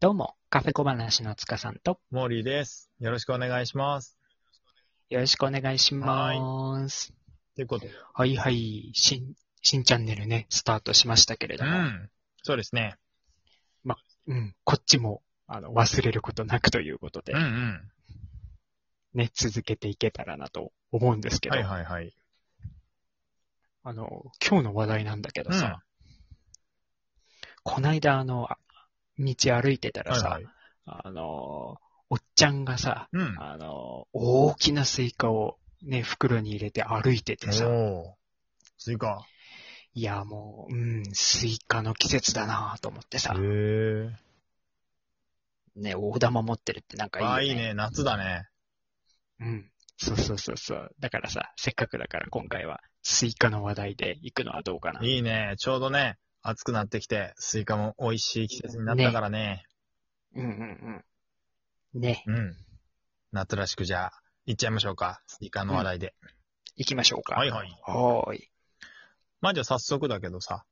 どうも、カフェ小話の塚さんと、モーリーです。よろしくお願いします。よろしくお願いします。ということで。はいはい、新、新チャンネルね、スタートしましたけれうども、ん。そうですね。うん、こっちも、あの、忘れることなくということでうん、うん。ね、続けていけたらなと思うんですけど、はいはいはい。あの、今日の話題なんだけどさ、こないだあの、あ道歩いてたらはいさ、はい。あの、おっちゃんがさ、うん。あの、大きなスイカをね、袋に入れて歩いててさ、おー。スイカ。いや、もう、うん、スイカの季節だなぁと思ってへさ、ー。ね、大玉持ってるってなんかいいよ、あね。あ、いい。ね。夏だね。うん。そうそうそうそう。だからさ、せっかくだから今回はスイカの話題で行くのはどうかな。いいね。ちょうどね、暑くなってきて、スイカも美味しい季節になったからね。うんうんうん。ね、うん。夏らしくじゃあ、行っちゃいましょうか。スイカの話題で。行きましょうか。はいはい。はーい。まあじゃあ早速だけどさ。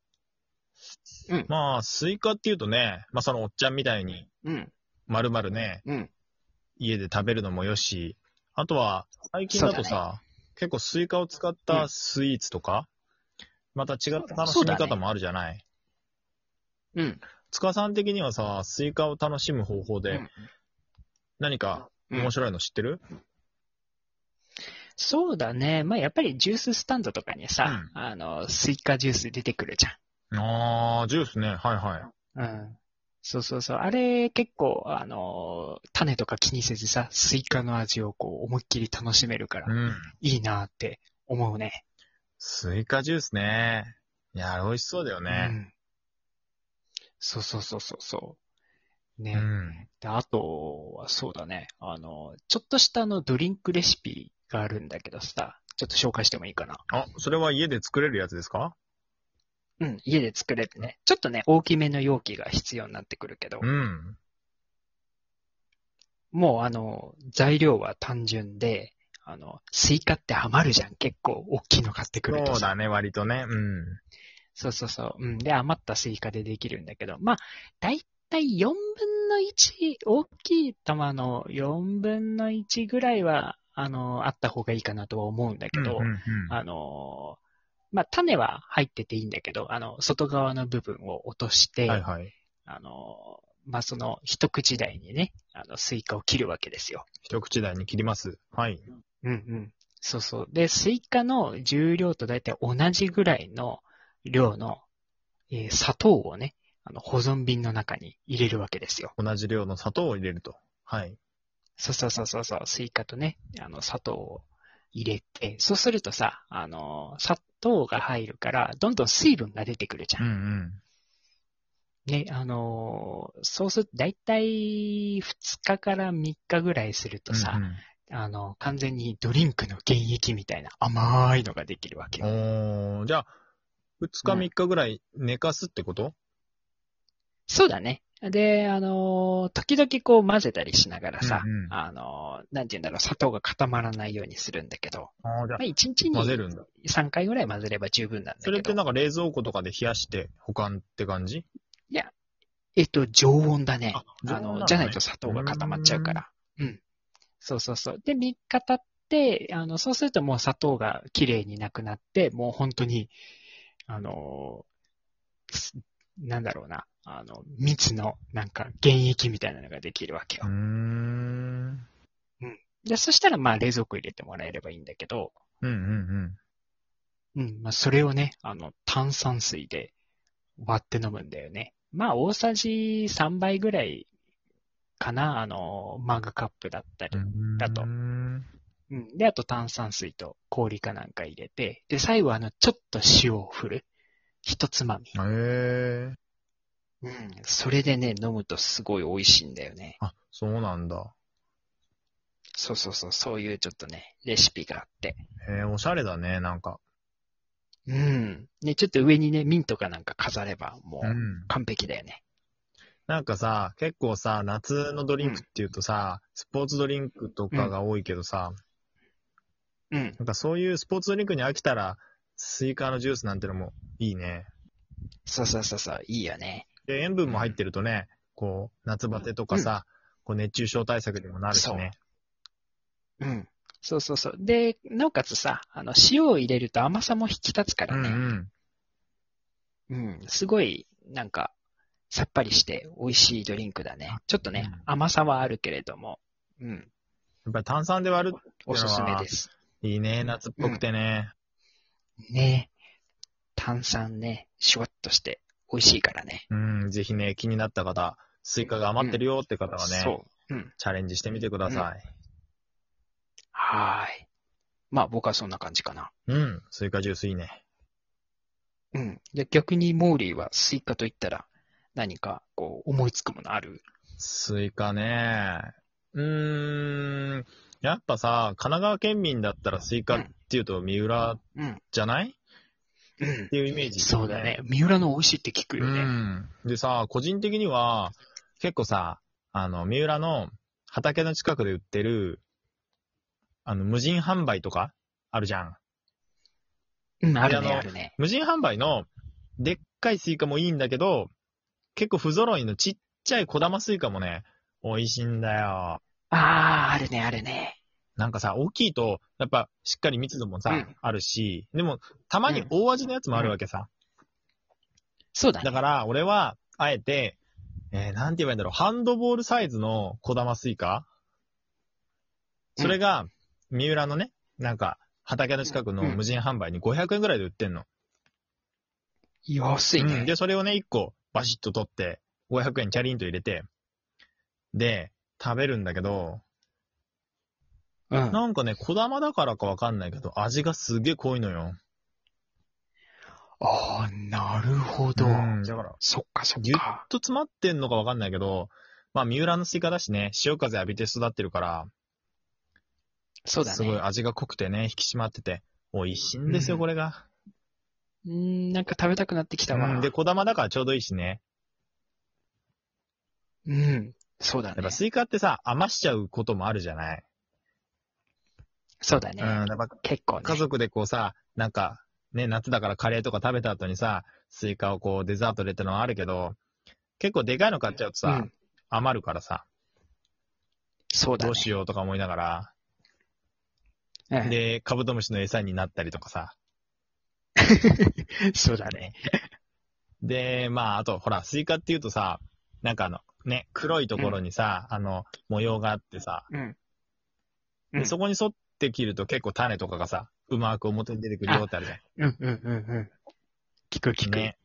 うんまあ、スイカっていうとね、まあそのおっちゃんみたいに、うん、まるまるね、うん。家で食べるのもよし、あとは、最近だとそうさ、結構スイカを使ったスイーツとか、また違った楽そしうだみね方もあるじゃない。うん。塚さん的にはさ、スイカを楽しむ方法で、何かうん、面白いの知ってる、そうだね。まあ、やっぱりジューススタンドとかにさ、あの、スイカジュース出てくるじゃん。あー、ジュースね。はいはうんそうそうそう。あれ、結構、あのー、種とか気にせずさ、スイカの味をこう、思いっきり楽しめるからい。、うん。いいなって思うね。スイカジュースね。いや、あれ美味しそうだようね。ん。そうそうそうそうそう。うね。ん。で、あとは、そうだね。あの、ちょっとしたあの、ドリンクレシピがあるんだけどさ、ちょっと紹介してもいいかな。あ、それは家で作れるやつですかうん、家で作れるね。ちょっとね、大きめの容器が必要になってくるけどう、ん。もうあの、材料は単純で、あの、スイカって余るじゃん。結構大きいの買ってくるとそうさだ。ね、割とね。うん。そうそうそう。うん。で、余ったスイカでできるんだけど、まあ、だいたい4分の1、大きい玉の4分の1ぐらいは、あの、あった方がいいかなとは思うんだけど、うんうんうんあの、まあ、種は入ってていいんだけど、あの、外側の部分を落として、はいはい。あの、まあ、その、一口大にね、あの、スイカを切るわけですよ。一口大に切ります。はい。うんうん。そうそう。で、スイカの重量と大体同じぐらいの量の、えー砂糖をね、あの保存瓶の中に入れるわけですよ。同じ量の砂糖を入れると。はい。そうそうそうそうそう、スイカとね、あの砂糖を入れて、そうするとさ、あのー、砂糖が入るから、どんどん水分が出てくるじゃうんん。うん。ね、あのー、そうすると大体2日から3日ぐらいするとさ、あの、完全にドリンクの原液みたいな甘いのができるわけよ。おーじゃあ、2日うん3日ぐらい寝かすってこと、そうだね。で、あのー、時々こう混ぜたりしながらさ、うんうんあのー、なんて言うんだろう、砂糖が固まらないようにするんだけど、あーじまゃあ、1日あ、混ぜにるんだ。 3回ぐらい混ぜれば十分なんだけど、それってなんか冷蔵庫とかで冷やして保管って感じえっと、常温だね。あ常あ温なのの、ねじゃないと砂糖が固まっちゃうから。うん。そうそうそう。で、3日経って、あの、そうするともう砂糖が綺麗になくなって、もう本当に、あのー、すなんだろうな、あの、蜜のなんか原液みたいなのができるわけようー。ん。で、そしたらまあ冷蔵庫入れてもらえればいいんだけど、うんうんうん。うん、まあそれをね、あの、炭酸水で割って飲むんだよね。まあ大さじ3杯ぐらいかな、あの、マグカップだったり。だとうーんうん。で、あと炭酸水と氷かなんか入れて、で、最後あの、ちょっと塩を振る。一つまみ。へえ。うん。それでね、飲むとすごい美味しいんだよね。あ、そうなんだ。そうそうそう、そういうちょっとね、レシピがあって。へえ、おしゃれだね、なんか。うん。ね、ちょっと上にね、ミントかなんか飾れば、もう、ん。完璧だよね。なんかさ、結構さ、夏のドリンクっていうとさ、スポーツドリンクとかが多いけどさ、うん。なんかそういうスポーツドリンクに飽きたら、スイカのジュースなんてのもいいね。そうそうそうそう、いいよね。で、塩分も入ってるとね、こう、夏バテとかさ、こう熱中症対策にもなるしね。うん。そうそうそう。で、なおかつさ、あの、塩を入れると甘さも引き立つかうらんうね。ん。うん。すごい、なんか、さっぱりして美味しいドリンクだね。ちょっとねうん、甘さはあるけれども、うん。やっぱり炭酸で割る、おすすめです。いいね、夏っぽくてね。ね炭酸ね、シュワッとして美味しいからね。うん、ぜひね、気になった方、スイカが余ってるよって方はね、そう。うん。チャレンジしてみてください。はーい。まあ僕はそんな感じかな。うん、スイカジュースいいね。うん。で、逆にモーリーはスイカと言ったら何かこう思いつくものあるスイカね。うーん。やっぱさ、神奈川県民だったらスイカっていうと三浦うん。じゃない、うっん。ていうイメージ、そうだね。。三浦の美味しいって聞くうよね。ん。でさ、個人的には、結構さ、あの、三浦の畑の近くで売ってる、あの、無人販売とかあるじゃん。うん、あるね、あのあるね。無人販売の、でっかいスイカもいいんだけど、結構不揃いのちっちゃい小玉スイカもね、美味しいんだよ。あー、あるね、あるね。なんかさ、大きいと、やっぱしっかり密度もさ、うんあるし、でも、たまに大味のやつもあるわけさ。そうだね。だから、俺は、あえて、えーなんて言えばいいんだろう、ハンドボールサイズの小玉スイカそれが、三浦のね、なんか、畑の近くのうん無人販売に500円ぐらいで売ってんの。安いうんね。で、それをね、1個、バシッと取って、500円チャリンと入れて、で、食べるんだけど、うん。なんかね、小玉だからかわかんないけど、味がすげえ濃いのよ。あー、なるほど。うんだから、そっか、そっぎゅっか。と詰まってんのかわかんないけど、まあ、三浦のスイカだしね、潮風浴びて育ってるから、そうだすごいね。味が濃くてね、引き締まってて、美味しいんですよ、うんこれが。うん、なんか食べたくなってきたうわん。で、。小玉だからちょうどいいしね。うん。そうだやっねぱ。スイカってさ、余しちゃうこともあるじゃない。そうだうん、ね。やっぱ結構ね。家族でこうさ、なんか、ね、夏だからカレーとか食べた後にさ、スイカをこうデザートでってのはあるけど、結構でかいの買っちゃうとうさ、ん、余るからさ、そうだねどう。しようとか思いながら、うんで、カブトムシの餌になったりとかさ。 そうだね。で、まあ、あと、ほら、スイカっていうとさ、なんかあの、ね、黒いところにさ、あの、模様があってさ、うん。うでんそこに沿って切ると結構種とかがさ、うまく表に出てくるよってあるじゃうん。んうんうんうん。聞く聞く。ね。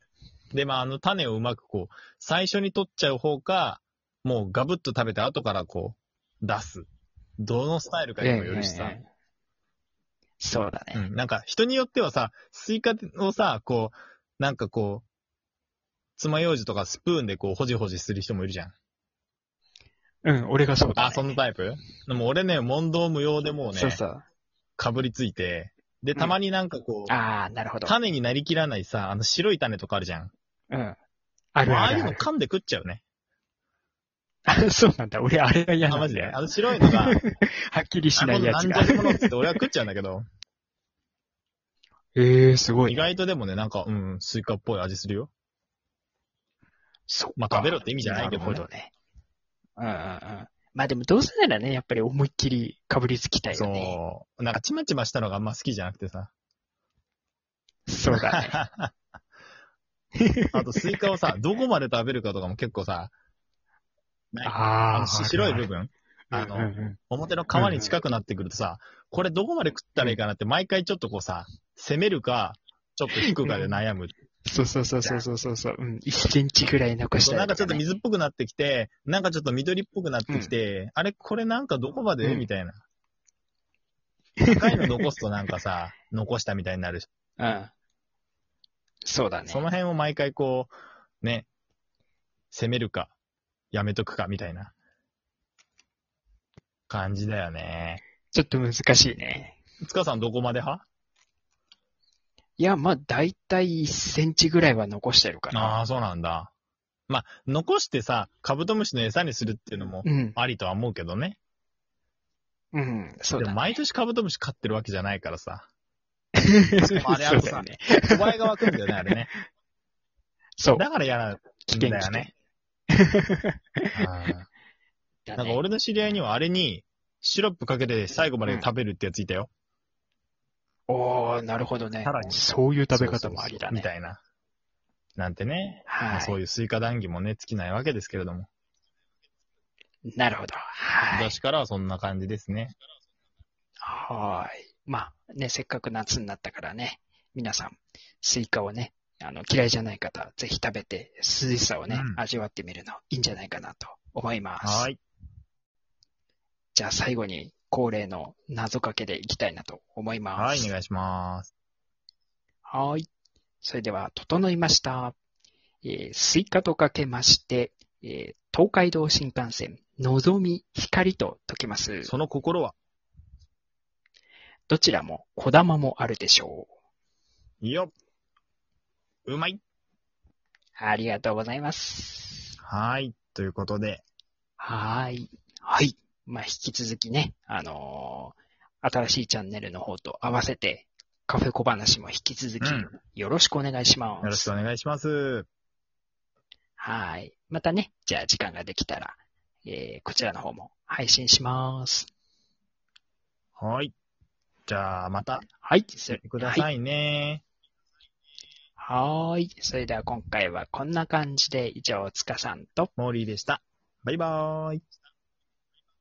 で、まあ、あの種をうまくこう、最初に取っちゃう方か、もうガブッと食べて後からこう、出す。どのスタイルかにもよるしさ。ええそうだうね。ん。なんか人によってはさ、スイカをさ、こう、なんかこう、爪楊枝とかスプーンでこう、ほじほじする人もいるじゃん。うん、俺がそうだ、ね。あ、そのタイプでも俺ね、問答無用でもうねそう、そう。かぶりついて、で、たまになんかこう、ああ、なるほど。種になりきらないさ、あの白い種とかあるじゃん。うん。 あるあああいうるの噛んで食っちゃ うね。ある。そうなんだ。俺、あれが嫌あ、なマんジだで。 よ。あの白いのが、はっきりしあなのいやつ何がじゃ。りものっつって俺は食っちゃうんだ けど、ええー、すご意いね。外とでもね、なんか、うん、スイカっぽい味するよ。そっかまあ食べろって意味じゃないけどなねるほどね。うんうんうん。まあでも、どうせならね、やっぱり思いっきりかぶりつきたいよね。そう。なんか、ちまちましたのがあんま好きじゃなく てさ。そうだね。あと、スイカをさ、どこまで食べるかとかも結構さ、ああのあ。白い部分、あのうんうんうん表の皮に近くなってくるとさ、これどこまで食ったらいいかなって、毎回ちょっとこうさ、攻めるか、ちょっと引くかで悩む。そうそうそうそうそうそうそう。うん。1センチぐらい残したい、なんかちょっと水っぽくなってきて、なんかちょっと緑っぽくなってきて、あれこれなんかどこまで、うんみたいな。高いの残すとなん かさ、残したみたいになるし、うん。そうだね。その辺を毎回こう、ね、攻めるか、やめとくか、みたいな感じだよね。ちょっと難しいね。つかさんどこまで派いや、まあ、だいたい1センチぐらいは残してるかあな。あ、そうなんだ。まあ、残してさ、カブトムシの餌にするっていうのもうん。ありとは思うけどね。うん。そうでだもね。毎年カブトムシ飼ってるわけじゃないか らさ。そうもあれあるさだよね。小前が湧くんだよね、あれね。そう。だから嫌なん危だ険よね。だなんかね。俺の知り合いにはあれに、シロップかけて最後まで食べるってやついたよ。おー、なるほどねさら。にそういう食べ方もありだね。そうそうそうみたいな。なんてね。まあはそういうスイカ談義もね、尽きないわけですけれども。い。なるほど。はい。私からはそんな感じですね。はーい。まあ、ね、せっかく夏になったからね、皆さん、スイカをね、あの、嫌いじゃない方、ぜひ食べて、涼しさをね、うん味わってみるの、いいんじゃないかなと思います。はい。じゃあ最後に、恒例の謎かけでいきたいなと思います。はい、お願いします。はーい。それでは、整いました。えースイカとかけまして、えー東海道新幹線、のぞみ、光と解きます。その心は、どちらも、小玉もあるでしょう。いいよ。うまい。ありがとうございます。はい。ということで、はーい。はい。まあ、引き続きね、あのー新しいチャンネルの方と合わせて、カフェ小話も引き続きうん、よろしくお願いします。よろしくお願いします。はい。またね、じゃあ時間ができたら、えーこちらの方も配信します。はい。じゃあ、また、はい。それくだはい。さいね。はーい。それでは今回はこんな感じで、以上、つかさんと、モーリーでした。バイバーイ。